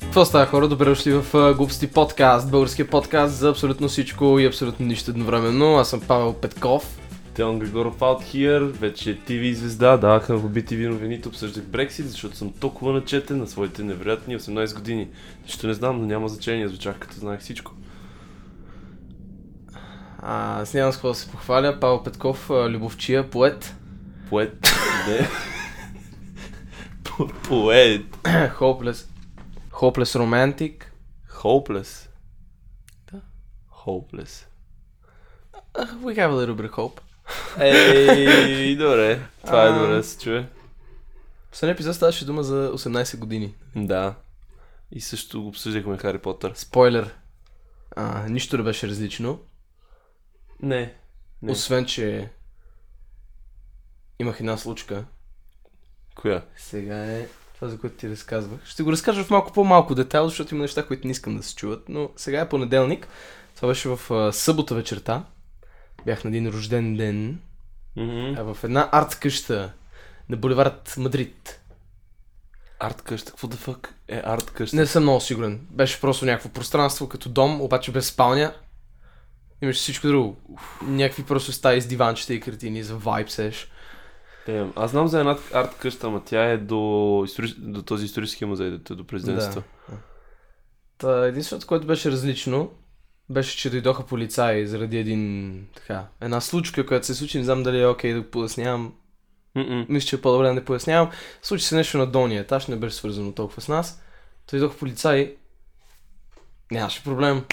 Какво става хора? Добре дошли в а, Глупости подкаст, българския подкаст за абсолютно всичко и абсолютно нищо едновременно. Аз съм Павел Петков. Теон Григоров out here, вече TV звезда, даваха в BTV новините, обсъждах Брексит, защото съм толкова начетен на своите невероятни 18 години. Нищо не знам, но няма значение, звучах като знаех всичко. А, аз нямам с какво да се похваля. Павел Петков, а, любовчия, поет. Поет, не. По- Поет. Hopeless. Hopeless romantic. Hopeless. Да. Hopeless. Uh, we have a little bit of hope. Ей, добре. Това е А. добре да се чуе. Последния епизод ставаше дума за 18 години. Да. И също го обсъждахме Хари Потър. Спойлер. А, нищо не беше различно. Не. Не. Освен, че имах една случка. Коя? Сега е това, за което ти разказвах. Ще го разкажа в малко по-малко детайл, защото има неща, които не искам да се чуват, но сега е понеделник. Това беше в а, събота вечерта. Бях на един рожден ден Мгм. а в една арт къща на булевард Мадрид. Арт къща. Какво да фък е арт къща? Не съм много сигурен. Беше просто някакво пространство като дом, обаче без спалня. Имаше всичко друго. Някакви просто стаи с диванчета и картини за вайб сеш. Е, аз знам за една арт къща, ама тя е до, историч... до този исторически музей, дето е до президентството. Та, единственото, което беше различно, беше, че дойдоха полицаи заради един, така, една случка, която се случи. Не знам дали е окей да пояснявам. Да. Мисля, че е по-добре да не пояснявам. Случи се нещо на долния етаж, не беше свързано толкова с нас. Та дойдоха полицаи. Нямаше проблем.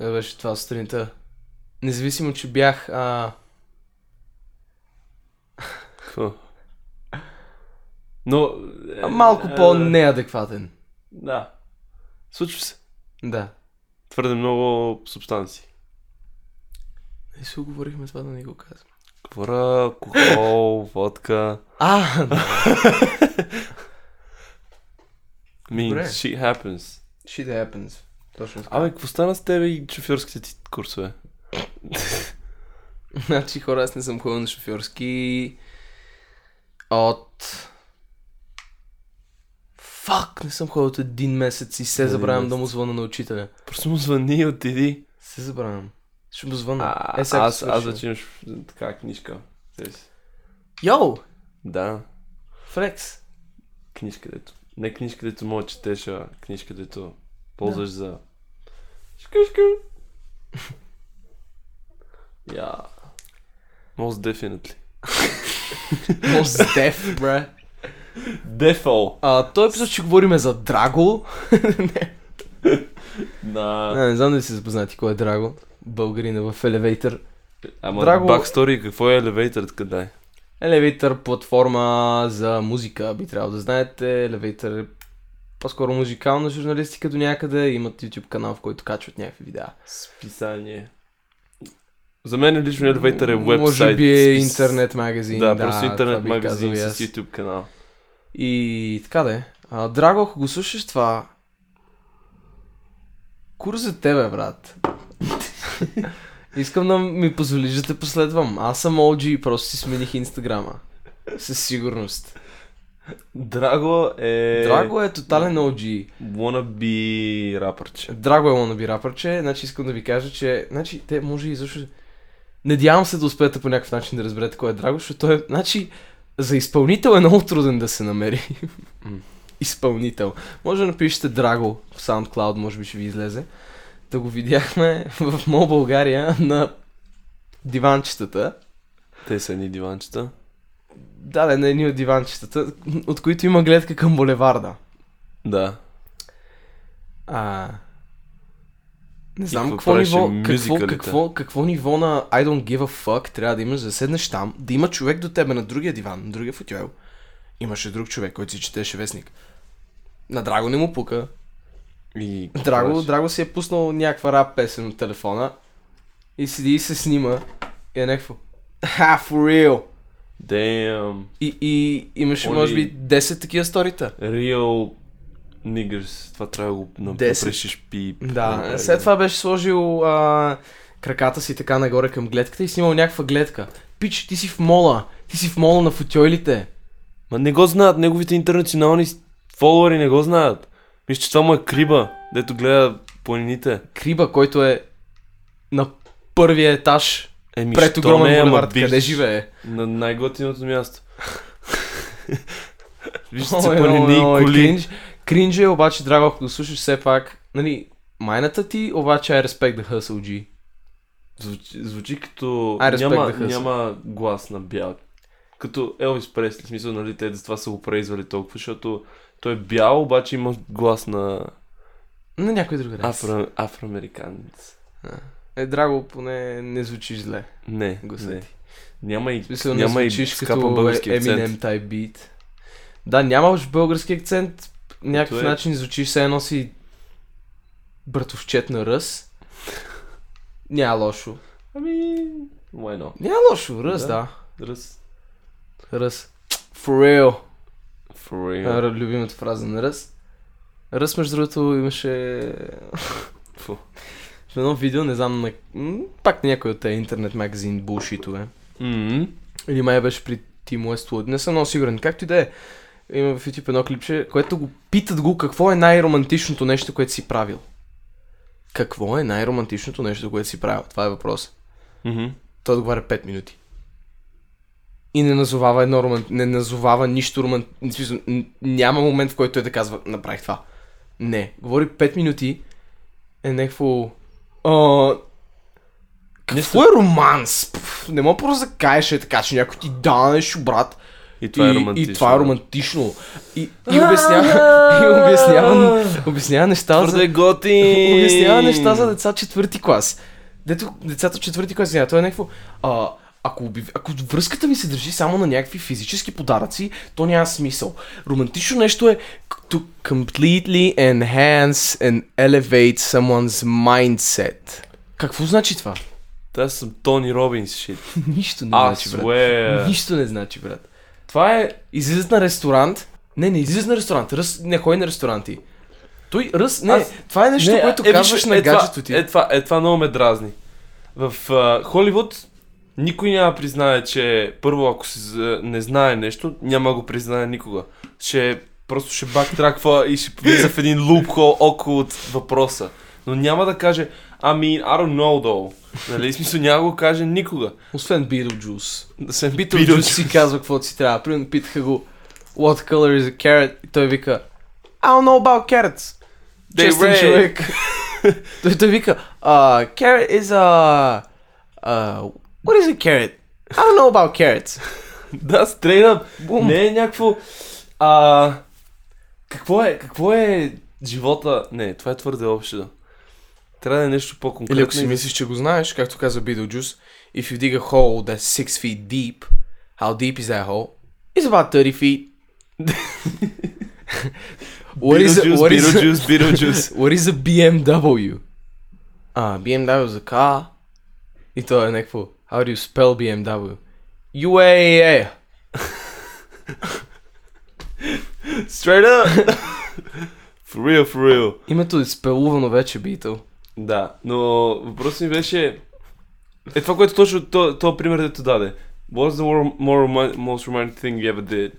Е, беше това сутринта. Независимо, че бях а, Какво? Но... е, малко е, по-неадекватен. Да. Случва се. Да. Твърде много субстанции. И си оговорихме това да не го казвам. Квора, алкохол, водка. А, I mean, Добре. shit happens. shit happens. Точно така. Абе, какво стана с тебе и шофьорските ти курсове? Значи хора, аз не съм ходил на шофьорски от... Фак, не съм ходил от един месец и се Един забравям да месец. му звъна на учителя. Просто му звъни и отиди. Се забравям. Ще му звъна. А, е, сега аз, като аз свършим. вече имам ш- така книжка. Себе си. Йоу, Да. Флекс. книжка, дето... Не книжка, дето мога да четеш, а книжка, дето ползваш за... Шкашка! Я... Most definitely. Most deaf, бре. Defo! А, той епизод ще говорим за Драго. На... Не, не знам дали си запознати кой е Драго. Българина в Elevator. Ама Драго- бакстори, какво е елевейтърът къде е? Elevator платформа за музика, би трябвало да знаете. Elevator е по-скоро музикална журналистика до някъде. Имат YouTube канал, в който качват някакви видеа. Списание. За мен лично елевейтър е вебсайт. Може би е спис- интернет магазин. Да, просто това интернет бих казал магазин и с аз. YouTube канал. И така да е. А, Драго, ако го слушаш това... Курс за тебе, брат. Искам да ми позволиш да те последвам. Аз съм OG, просто си смених инстаграма. Със сигурност. Драго е... Драго е тотален OG. Wanna be рапърче. Драго е лонаби рапърче, значи искам да ви кажа, че значи, те може и защо... Надявам се да успеете по някакъв начин да разберете кой е Драго, защото той е... Значи, за изпълнител е много труден да се намери. М. изпълнител. Може да напишете Драго в SoundCloud, може би ще ви излезе. Да го видяхме в Мол България на диванчетата. Те са едни диванчета. Да, да, на едни от диванчетата, от които има гледка към булеварда. Да. А... Не знам какво какво правеше ниво, какво, мюзикълите? какво, какво ниво на I don't give a fuck трябва да имаш, за да седнеш там, да има човек до тебе на другия диван, на другия футюел. Имаше друг човек, който си четеше вестник. На Драго не му пука. И... Драго, Значи- Драго си е пуснал някаква рап песен от телефона и седи и се снима и е някакво. Ха, for real! Damn. И, и имаше, Оли- може би, 10 такива сторита. Real niggers. Това трябва да го Десет. напрешиш пи. Да, е, след това беше сложил а, краката си така нагоре към гледката и снимал някаква гледка. Пич, ти си в мола. Ти си в мола на футойлите. Ма не го знаят, неговите интернационални фолуари не го знаят. Мисля, че това му е криба, дето гледа планините. Криба, който е на първия етаж Еми, пред що огромен не е, ама булевард. Къде виждаш живее? На най-готиното място. Виждат се Ой, планини ой, ой, и коли. кринж. Кринж е, обаче, драго, ако го слушаш все пак, нали, майната ти, обаче, I respect the hustle, G. Звучи, звучи като... I respect Няма, the hustle. няма глас на бял. Като Елвис Пресли, в смисъл, нали, те за това са го преизвали толкова, защото той е бял, обаче има глас на На някой друг рас. афро, афроамериканец. Е, драго, поне не звучи зле. Не, Гласа не. ти. Няма и, В смисъл, не няма и звучиш като скапан български акцент. Eminem type beat. Да, нямаш български акцент. по Някакъв Ето е. начин звучиш се едно си братовчет на ръс. Няма лошо. Ами, why not? Няма лошо, ръс, Да. да. Раз. Ръс. For real. For real. Yeah. Любимата фраза на Ръс. Ръс, между другото, имаше Фу. в едно видео, не знам, на... м, пак на някой от тези интернет магазин булшитове. Мгм. Или май беше при Тим Уествуд. Не съм много сигурен. Както и да е. Има в YouTube едно клипче, което го питат го какво е най-романтичното нещо, което си правил. Какво е най-романтичното нещо, което си правил? Това е въпрос. Мгм. Той отговаря 5 минути. И не назовава едно роман... не назовава нищо романтично. Няма момент, в който той да казва, направих това. Не. Говори 5 минути е някакво... А... Какво е романс? Пф, не мога просто да кажеш е така, че някой ти да нещо, брат. И това е И, романтично. и това е романтично. И, и обяснява, и обяснява, обяснява неща за... Твърде готин! Обяснява неща за деца четвърти клас. Дето децата от четвърти клас, няма, то е някакво... А, ако, оби- ако връзката ми се държи само на някакви физически подаръци, то няма смисъл. Романтично нещо е к- to completely enhance and elevate someone's mindset. Какво значи това? Аз съм Тони Робинс, shit. Нищо не I значи, брат. swear. Нищо не значи, брат. Това е... Излизат на ресторант. Не, не излизат на ресторант. Ръс не ходи на ресторанти. Той ръс. Не, Аз- това е нещо, Не, което е, казваш виж, на е, това- гаджето ти. Е, това, е, това много ме дразни. В а, Холивуд никой няма да признае, че първо ако си за- не знае нещо, няма да го признае никога. Ще просто ще бактраква и ще влиза в един лупхол около от въпроса. Но няма да каже, ами, I don't know though. Нали, в смисъл няма да го каже никога. Освен Beetlejuice. Да се Beetlejuice си казва каквото си трябва. Примерно питаха го What color is a carrot? Então И той вика I don't know about carrots. They Честен red. човек. той, той вика uh, Carrot is a... Uh, what is a carrot? I don't know about carrots. Да, стрейна. Бум. Не е някакво... А, какво, е, какво е живота? Не, това е твърде общо. Трябва да е нещо по-конкретно. Или ако си мислиш, че го знаеш, както каза Beetlejuice, if you dig a hole that's 6 feet deep, how deep is that hole? It's about 30 feet. what, is a, Beetlejuice, what, is a, Beetlejuice, Beetlejuice. what is a BMW? А, BMW is a car. И то е някакво, how do you spell BMW? UAA. Straight up! for real, for real. Името е спелувано вече, Beetle. Да, но въпросът ми беше... Е това, което точно то, то пример дето даде. What's the more, more roman- most romantic thing you ever did?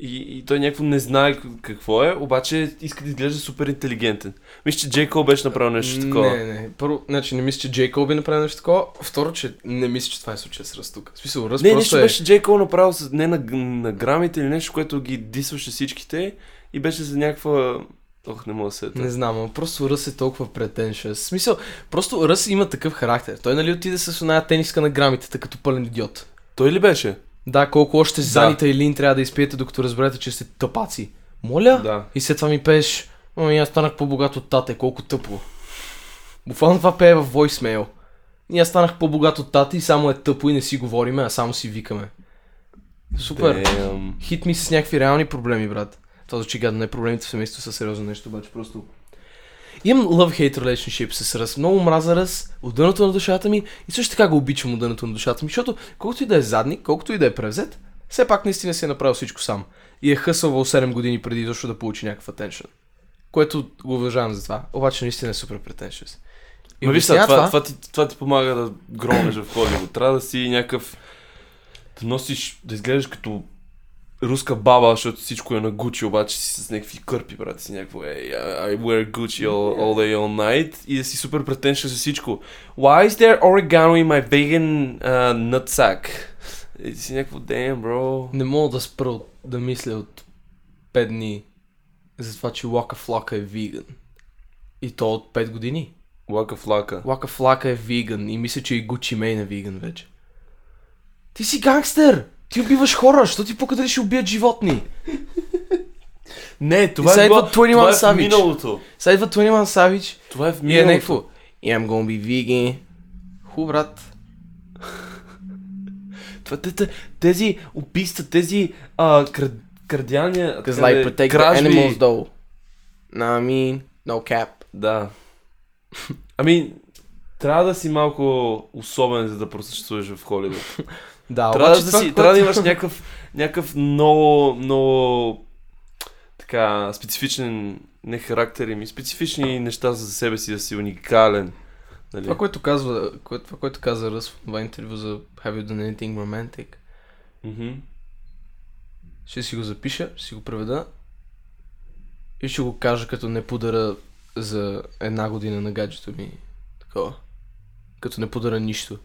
И, и той някакво не знае к- какво е, обаче иска да изглежда супер интелигентен. Мисля, че Джей Кол беше направил нещо такова. Не, не. Първо, значи не мисля, че Джей Кол би направил нещо такова. Второ, че не мисля, че това е случая с Ръс тук. В смисъл, Ръс Не, просто нещо е... беше Джей Кол направил с, не на, г- на грамите или нещо, което ги дисваше всичките и беше за някаква... Ох, не мога да се Не знам, ама просто Ръс е толкова претеншъс. В смисъл, просто Ръс има такъв характер. Той нали отиде с една тениска на грамитата като пълен идиот. Той ли беше? Да, колко още занита и лин трябва да изпиете, докато разберете, че сте тъпаци. Моля? Да. И след това ми пееш, ами аз станах по-богат от тате, колко тъпо. Буквално това пее във voicemail. И аз станах по-богат от тате и само е тъпо и не си говориме, а само си викаме. Супер. Damn. Хит ми с някакви реални проблеми, брат. Това звучи гадно, не проблемите в семейството са сериозно нещо, обаче просто... Имам love-hate relationship с Ръс. Много мраза Ръс от дъното на душата ми и също така го обичам от дъното на душата ми, защото колкото и да е задник, колкото и да е превзет, все пак наистина си е направил всичко сам. И е хъсълвал 7 години преди изобщо да получи някакъв attention. Което го уважавам за това. Обаче наистина е супер pretentious. И Ма виж сега, обяснява това, това, ти, това ти помага да громеш в Холивуд. Трябва да си някакъв... Да носиш, да изглеждаш като руска баба, защото всичко е на Гучи, обаче си с някакви кърпи, брат, си някакво hey, I wear Gucci all, all day, all night и да си супер претеншен за всичко. Why is there oregano in my vegan uh, nutsack? И си някакво, damn, bro. Не мога да спра от, да мисля от 5 дни за това, че Лака Флака е виган. И то от 5 години. Лака флака. Лака Флака е виган и мисля, че и Гучи Мейн е виган вече. Ти си гангстер! Ти убиваш хора, що ти пука дали ще убият животни? Не, И това сега е, било, идва 21 това е в Savage. миналото. Сега идва 21 Savage Това е в и е миналото. някакво. И I'm gonna be vegan. Ху, брат. Това, те, те, тези убийства, тези а, крад, крадяния, Cause like protect the animals though. Nah, I mean, no cap. Да. Ами, трябва да си малко особен, за да просъществуваш в Холивуд. Да, трябва, да си, трябва да имаш някакъв, някакъв много, много така, специфичен не характер, ами специфични неща за себе си, да си уникален. Нали? Това, което казва, кое, това, което каза Ръс в това интервю за Have you done anything romantic, Мгм. ще си го запиша, ще си го преведа и ще го кажа като не подара за една година на гаджето ми. Такова. Като не подара нищо.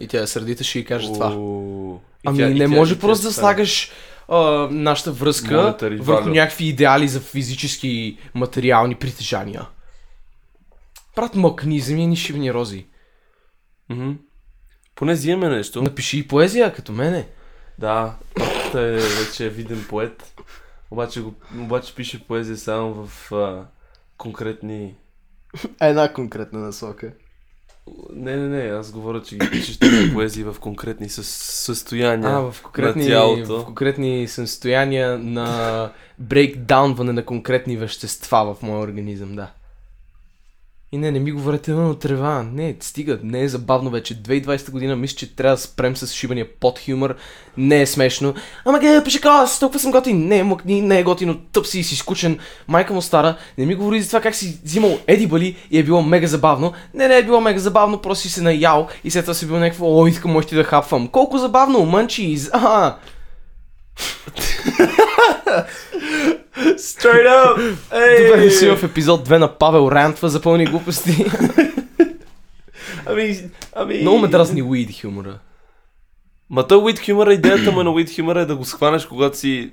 И тя е сърдита, ще й каже това. О, и Ами тя- и не тя- може и тя просто ще да стане. слагаш а, нашата връзка Монетари върху value. някакви идеали за физически и материални притежания. Брат, мъкни, вземи ни шивни рози. Мгм. Поне взимаме нещо. Напиши и поезия, като мене. Да, папата е вече виден поет. Обаче, го, обаче пише поезия само в а, конкретни... Една конкретна насока. Не, не, не, аз говоря, че ги пишеш тези поезии в конкретни със, състояния. А, в конкретни, на тялото. в конкретни състояния на брейкдаунване на конкретни вещества в моя организъм, да. И не, не ми говорете на трева. Не, стига, не е забавно вече. 2020 година мисля, че трябва да спрем с шибания под хюмор. Не е смешно. Ама гледай, пише аз толкова съм готин. Не, мъкни, не е готино, тъп си и си скучен. Майка му стара, не ми говори за това как си взимал еди бали и е било мега забавно. Не, не е било мега забавно, просто си се наял и след това си бил някакво, о, искам още да хапвам. Колко забавно, мънчи, из... А, Straight up! Ей! добре си в епизод 2 на Павел Рантва за пълни глупости. Ами, ами... Много ме дразни уид хюмора. Ма той Уит Хюмъра, идеята му на Уит Хюмъра е да го схванеш, когато си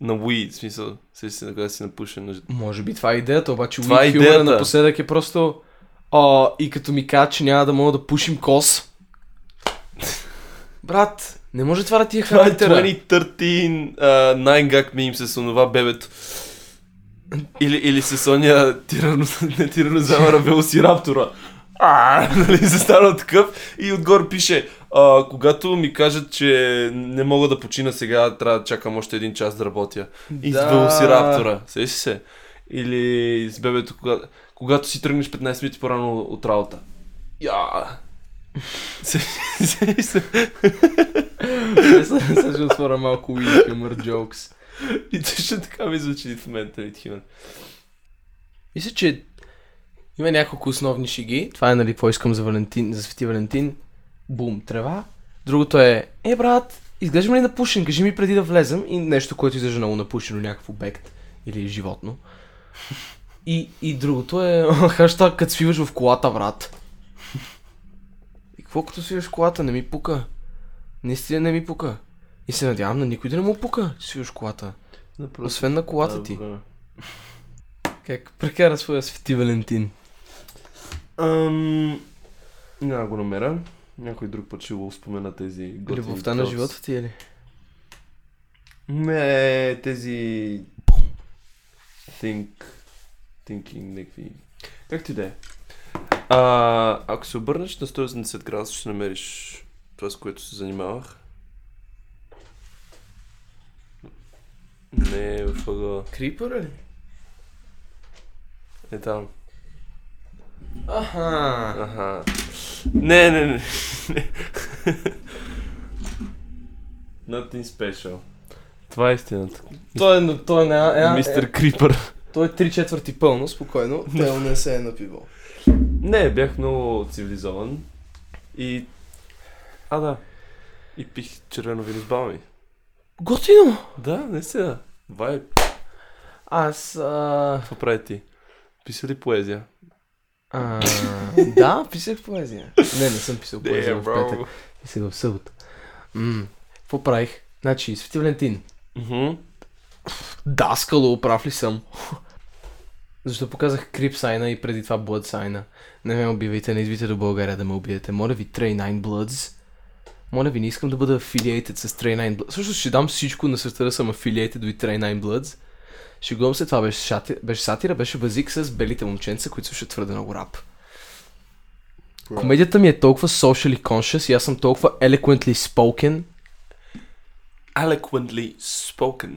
на Уит, в смисъл, се си, когато си напушен. на- Може би това е идеята, обаче Това е уид хюмора идеята. напоследък е просто... А, и като ми кажа, че няма да мога да пушим кос. Брат, не може това да ти е Това е характера. 2013 uh, Nine Gag Meme с онова бебето. Или, или с ония тирано, не тиранозавъра, велосираптора. А, нали, се стана такъв и отгоре пише а, когато ми кажат, че не мога да почина сега, трябва да чакам още един час да работя. И с Да. велосираптора, сеш се. Или с бебето, когато, когато си тръгнеш 15 минути по-рано от работа. Я. Сещаш се. Сега ще отворя малко weed humor jokes. И точно така ми звучи в момента Литхимен. Мисля, че има няколко основни шиги. Това е, нали, какво искам за Валентин, за Свети Валентин. Бум, трева. Другото е, е, брат, изглеждам ли напушен? Кажи ми преди да влезем. И нещо, което изглежда много напушено, някакъв обект или животно. И, и другото е хаштаг, като свиваш в колата, брат. И какво като свиваш в колата? Не ми пука. Наистина не ми пука. И се надявам на никой да не му пука, че свиваш в колата. Освен на колата ти. Как прекара своя Свети Валентин? Ам... Няма го намеря. Някой друг път ще го спомена тези готини Любовта на jokes. живота ти е ли? Не, тези... Think... Thinking, някакви... Как ти да е? А, ако се обърнеш на 180 градуса, ще намериш това, с което се занимавах. Не, е в ъгъла. Крипър ли? Е там. Аха. Аха. Не, не, не. не. Nothing special. Това е истината. Той е, той е, на- е, е, Мистер Крипър. той е 3 четвърти пълно, спокойно. Тел не се е напивал. Не, бях много цивилизован. И... А, да. И пих червено вино с баба ми. Готино! Да, наистина. Вай, Аз... А... какво прави ти? Писа ли поезия? А, да, писах поезия. Не, не съм писал поезия в петък. Писах в събота. М, Какво правих? Значи, Свети Валентин. Мгм. Да, скало, прав ли съм? Защо показах Крип Сайна и преди това Blood Сайна? Не ме убивайте, не идвите до България да ме убиете. Моля ви, Train 9 Bloods. Моля ви, не искам да бъда affiliated с Train 9 Bloods. Също ще дам всичко на света да съм affiliated до и Train 9 Bloods. Шегувам се, това беше, шати... беше сатира, беше базик с белите момченца, които слушат твърде много рап. Комедията ми е толкова socially conscious и аз съм толкова eloquently spoken, Eloquently spoken.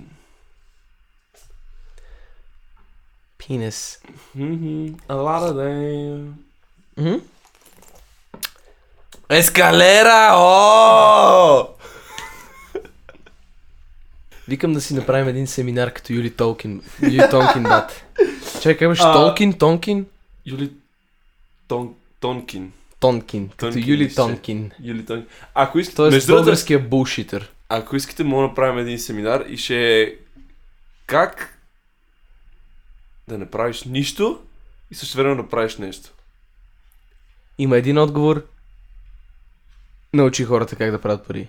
penis. Мгм. A lot of them. Мгм. Ескалера! О! Викам да си направим един семинар като Юли Толкин. Юли Тонкин, бат. Чакай, как беше? А. Толкин, Тонкин? Юли Тон... Тонкин. Тонкин. Като Тонкин, Юли мисля. Тонкин. Юли Тонкин. Ако искате, Тоест между другото, българския булшитър. ако искате, мога да направим един семинар и ще е как да не правиш нищо и също време да правиш нещо. Има един отговор. Научи хората как да правят пари.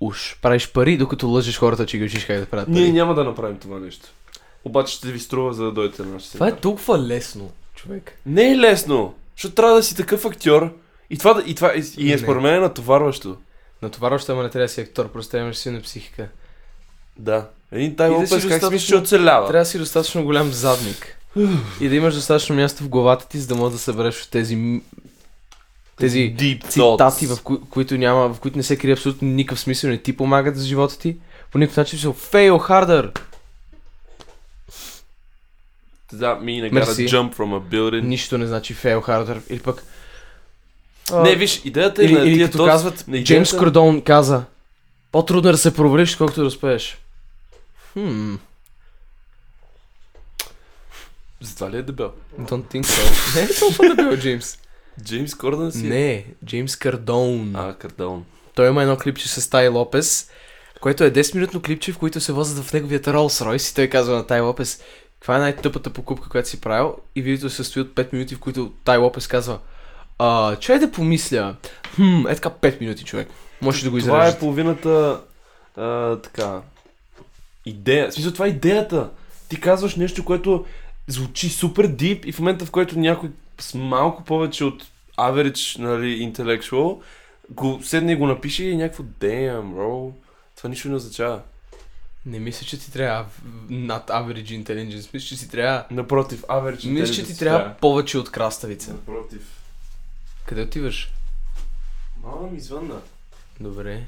Уж. Правиш пари, докато лъжеш хората, че ги учиш как да правят пари. Ние няма да направим това нещо. Обаче ще ви струва, за да дойдете на нашия Това семинар. е толкова лесно, човек. Не е лесно, защото трябва да си такъв актьор. И това, да- и това и, и е Не. според мен е натоварващо. Натоварващо, ама не трябва да си актьор, просто имаш силна психика. Да. Един Тай И да Лопес си как си мислиш, че достатъчно- оцелява? Трябва да си достатъчно голям задник. и да имаш достатъчно място в главата ти, за да можеш да събереш от тези м- тези Deep цитати, thoughts. в, кои, които няма, в които не се крие абсолютно никакъв смисъл, не ти помагат за живота ти. По никакъв начин са fail harder. Да, ми не Мерси. gotta jump from a building. Нищо не значи fail harder. Или пък... а, Не, виж, идеята е или- на или тия като thoughts- казват, на Джеймс идеята- Кордон каза, по-трудно е да се провалиш, колкото да успееш. Хм, Затова ли е дебел? don't think so. не е толкова дебел, Джеймс. Джеймс Кордън си? е? Не, Джеймс Кардон. А, Кардон. Той има едно клипче с Тай Лопес, което е 10-минутно клипче, в които се возят в неговият Rolls Royce и той казва на Тай Лопес, каква е най-тъпата покупка, която си правил? И видеото се състои от 5 минути, в които Тай Лопес казва, а, чай да помисля. Хм, е така 5 минути, човек. Може да го Това изрежеш. е половината а, така идея. В смисъл, това е идеята. Ти казваш нещо, което звучи супер дип и в момента, в който някой с малко повече от average, нали, intellectual, го седне и го напише и е някакво damn, bro. Това нищо не означава. Не мисля, че ти трябва в- над average intelligence. Мисля, че ти трябва... Напротив, average Мисля, че ти трябва повече от краставица. Напротив. Къде отиваш? Мама ми звънна. Добре.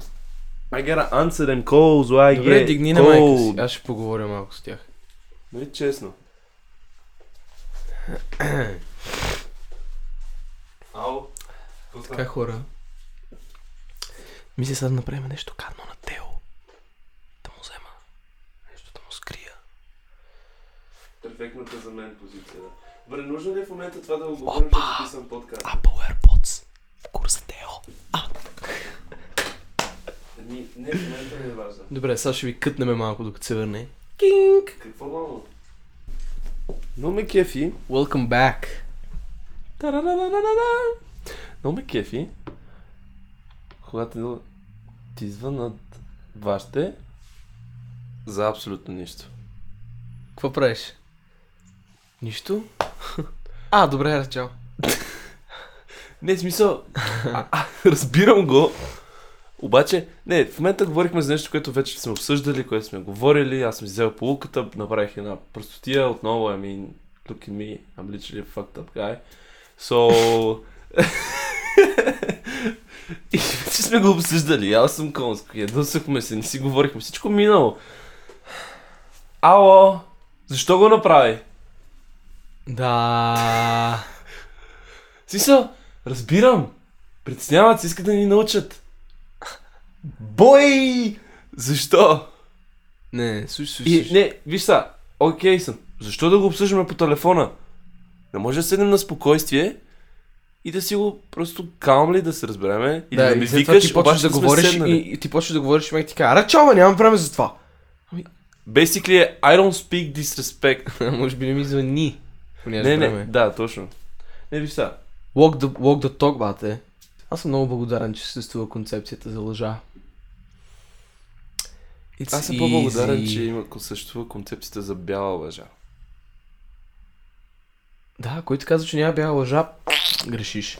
I gotta answer them calls, why I Добре, get дигни на майка си. е, cold. Аз ще поговоря малко с тях. Нали честно? Ало? Какво става? Така хора. Мисля сега да направим нещо кадно на Тео. Да му взема. Нещо да му скрия. Перфектната за мен позиция, да. Добре, нужно ли е в момента това да го говорим, че записвам подкаст? Apple AirPods. В курса Тео. Ами, не, в момента не е важно. Добре, сега ще ви кътнеме малко докато се върне. Какво мамо? Но ме кефи. Welcome back. Та-да-да-да-да-да. Но ме кефи. Когато ти звънат вашите за абсолютно нищо. Какво правиш? Нищо. А, добре, раз, чао. Не, в смисъл, а, а, разбирам го, обаче, не, в момента говорихме за нещо, което вече сме обсъждали, което сме говорили, аз съм си взел полуката, направих една простотия, отново, I mean, look at me, I'm literally a fucked up guy. So... И вече сме го обсъждали, аз съм конски, ядосахме се, не си говорихме, всичко минало. Ало, защо го направи? Да. В Смисъл, разбирам. Притесняват се, искат да ни научат. Бой! Защо? Не, слушай, слушай. И, слушай. не, виж са, окей съм. Защо да го обсъждаме по телефона? Не може да седнем на спокойствие и да си го просто камли да се разбереме. И да, да ми и след това викаш, ти почваш обаче да сме говориш и, седнали. и ти почваш да говориш и мек ти казва, аре чова, нямам време за това. Basically е I don't speak disrespect. Може би не ми звъни. ако нямаш не, не, време. да, точно. Не виж сега. Walk the, walk the talk, бате. Аз съм много благодарен, че съществува концепцията за лъжа. It's Аз съм по-благодарен, easy. че има, съществува концепцията за бяла лъжа. Да, който казва, че няма бяла лъжа, грешиш.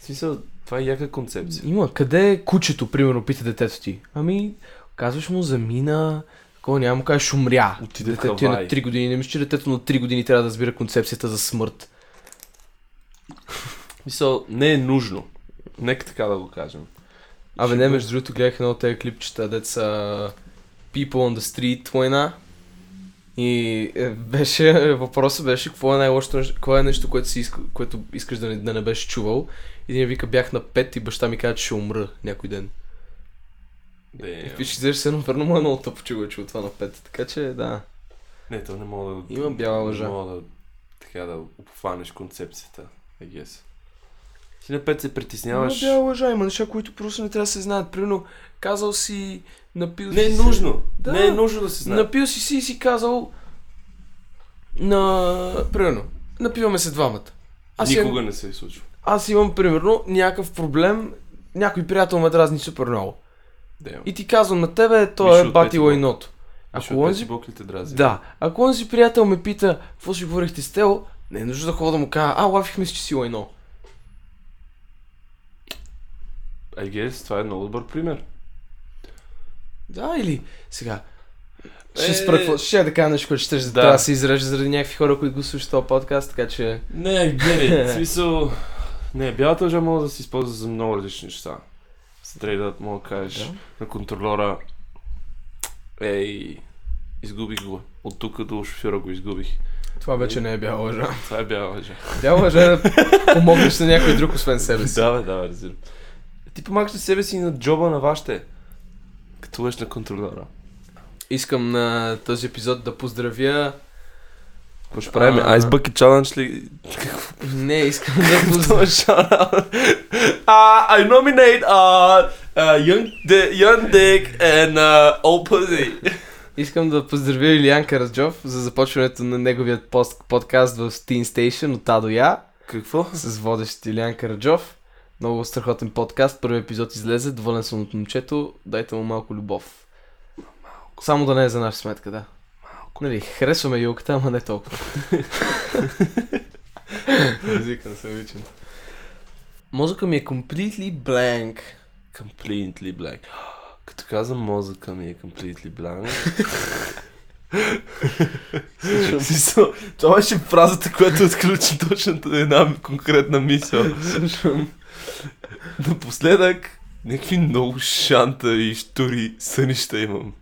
В смисъл, това е яка концепция. Има, къде е кучето, примерно, пита детето ти. Ами, казваш му, замина, такова няма му кажеш, умря. Отиде в детето ти е на Хавай. 3 години. Не мисля, че детето на 3 години трябва да разбира концепцията за смърт. В смисъл, не е нужно. Нека така да го кажем. Абе, Ще не, бъ- между другото, гледах едно от тези клипчета, деца People on the Street война. И е, беше, въпросът беше, какво е най-лошото, нещо- какво е нещо, което, си иска, което искаш да не, да не беше чувал. И един вика, бях на пет и баща ми каза, че ще умра някой ден. И Damn. пиши, взеш се едно, верно му е много тъпо, че го е чул това на пет. Така че, да. Не, то не мога да... Има бяла лъжа. Не мога да, така да обхванеш концепцията, I guess. Ти на пет се притесняваш. Има бяла лъжа, има неща, които просто не трябва да се знаят. Примерно, казал си, напил Не е си се- нужно. Да. Не е нужно да се знае. Напил си си и си казал на... Примерно, напиваме се двамата. Аз, Никога Имам, не се е случва. аз имам, примерно, някакъв проблем, някой приятел ме дразни супер много. Damn. И ти казвам на тебе, то Мишо е от бати Пети лайното. Ако Ако онзи... онзи... Бог ли те дразни? Да, ако онзи приятел ме пита, какво си говорихте с Тео, не е нужно да ходя да му кажа, а, лафихме си, че си лайно. I guess, това е много добър пример. Да, или сега. Е, Ще спра, какво- ще да кажа нещо, което ще да, да. трябва да се изрежда заради някакви хора, които го слушат този подкаст, така че... Не, гледай, в смисъл... Не, бялата лъжа може да се използва за много различни неща. Стрейдът мога да кажеш Да. на контролора Ей, изгубих го. От тук до шофьора го изгубих. Това вече не е бяла лъжа. Това е бяла лъжа. Бяла лъжа е да помогнеш на някой друг, освен себе Е, си. Да, бе, да, бе, разбирам. Ти помагаш на себе си и на джоба на вашите. Като лъж на контролера. Искам на този епизод да поздравя... Какво ще правим? А. Ice Bucket Challenge ли? е Не, искам да поздравя... Uh, I nominate uh, uh, young, di- young Dick and uh, Old Pussy. Искам да поздравя Илиан Караджов за започването на неговият пост- подкаст в Teen Station от А до Я Какво? с водещ Илиан Караджов. Много страхотен подкаст. Първи епизод излезе. Доволен съм от момчето. Дайте му малко любов. Само да не е за наша сметка, да. Малко. Нали, харесваме юлката, ама не толкова. Езика не съм личен. Мозъка ми е completely blank. Completely blank. Като казвам мозъка ми е completely blank. В смисъл, Това беше фразата, която отключи точно една конкретна мисъл. Слушам. Напоследък някакви много шанта и штури сънища имам.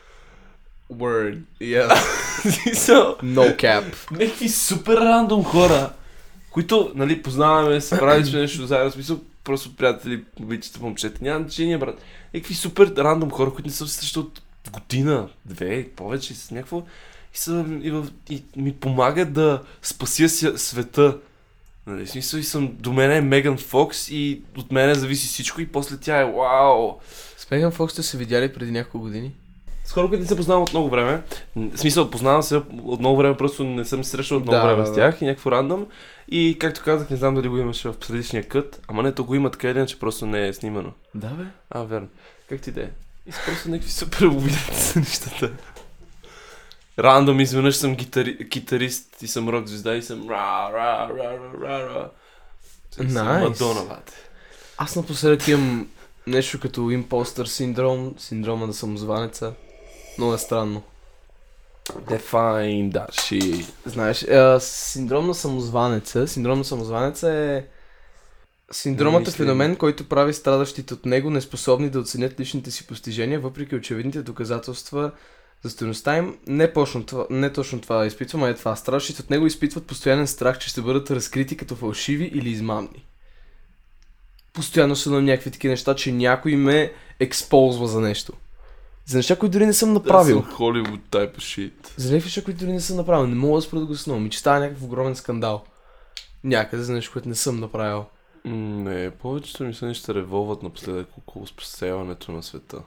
Word. Yeah. Смисъл, No cap. някакви супер рандом хора, които, нали, познаваме, се правили сме нещо заедно, в смисъл, просто приятели, обичате момчета, няма значение, брат. Някакви супер рандом хора, които не съм се срещал от година, две, повече, с някакво. И, съм, и, в, и ми помагат да спася ся- света. Нали, в смисъл, и съм, до мен е Меган Фокс и от мене зависи всичко и после тя е вау. С Меган Фокс сте се видяли преди няколко години? С хора, които не се познавам от много време. М, В смисъл, познавам се от много време, просто не съм се срещал от много Да, време да, с да. тях и някакво рандом. И както казах, не знам дали го имаше в предишния кът, ама не, то го има така или иначе, просто не е снимано. Да, бе. А, верно. Как ти да е? И са просто някакви супер обидени са нещата. Рандом изведнъж съм гитари... китарист и съм рок звезда и съм ра ра ра ра ра ра. Съм Nice. Мадона, бате. Аз напоследък имам нещо като импостър синдром, синдрома на самозванеца. Много е странно. Define that shit. Знаеш, е, синдром на самозванеца. Синдром на самозванеца е синдромът е Мисли. феномен, който прави страдащите от него неспособни да оценят личните си постижения, въпреки очевидните доказателства за стоеността им. Не, почно това, не точно това изпитвам, а е това. Страдащите от него изпитват постоянен страх, че ще бъдат разкрити като фалшиви или измамни. Постоянно съм на някакви такива неща, че някой ме ексползва за нещо. За неща, които дори не съм направил. Да, съм Hollywood type of shit. За някакви неща, които дори не са направили. Не мога да спра да го сна. Ми че става някакъв огромен скандал. някъде за нещо, което не съм направил. М, Не, повечето ми съни ще револват напоследък около спасяването на света.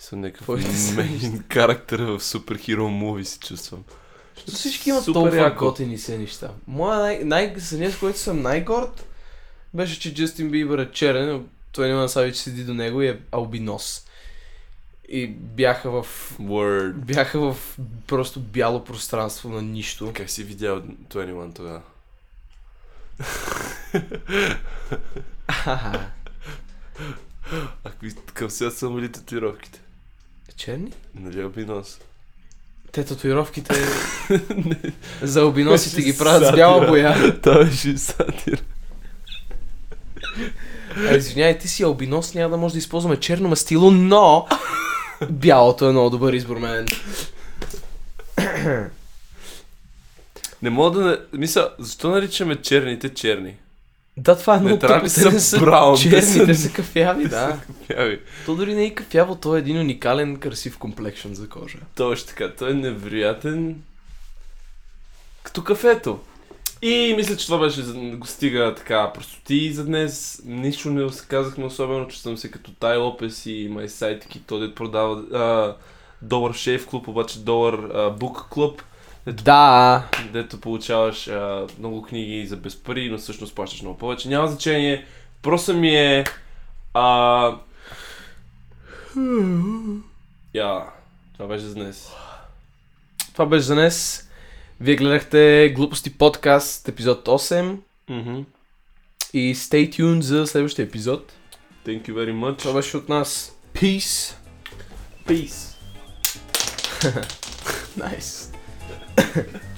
И Съм някакъв Твоите сънища. мейн характер в супергеро муви се чувствам. Защото всички имат Супер толкова яко. готини се неща. Моя най- най- съня, с който съм най-горд, беше, че Джастин Бибър е черен, но той няма да сави, че седи до него и е албинос. И бяха в... Word. Бяха в просто бяло пространство на нищо. Как си видял 21 тогава? Ха-ха. Ако и към сега са били татуировките. Черни? Нали обинос? Те татуировките за албиносите ги правят с бяла Сатира. боя. Това беше сатир. А, извинявай, ти си албинос, няма да може да използваме черно мастило, но бялото е много добър избор, мен. Не мога да... не- Мисля, защо наричаме черните черни? Да, това е много трябва тъпо, да те са не са браун, те черни, са- те са кафяви, да. Яви. То дори не е кафяво, то е един уникален, красив комплекшън за кожа. Точно така, той е невероятен. Като кафето. И мисля, че това беше, за- го стига така простоти за днес. Нищо не се казахме особено, че съм се като Тай Лопес и май сайтики, той дед продава а, долар шейф клуб, обаче долар а, бук клуб, Да, дето получаваш а, много книги за без пари, но всъщност плащаш много повече. Няма значение, просто ми е... А... Я, това беше за днес. това беше за днес. Вие гледахте Глупости подкаст, епизод 8 Мгм. и stay tuned за следващия епизод. Thank you very much. Това беше от нас. Peace! Peace. Nice.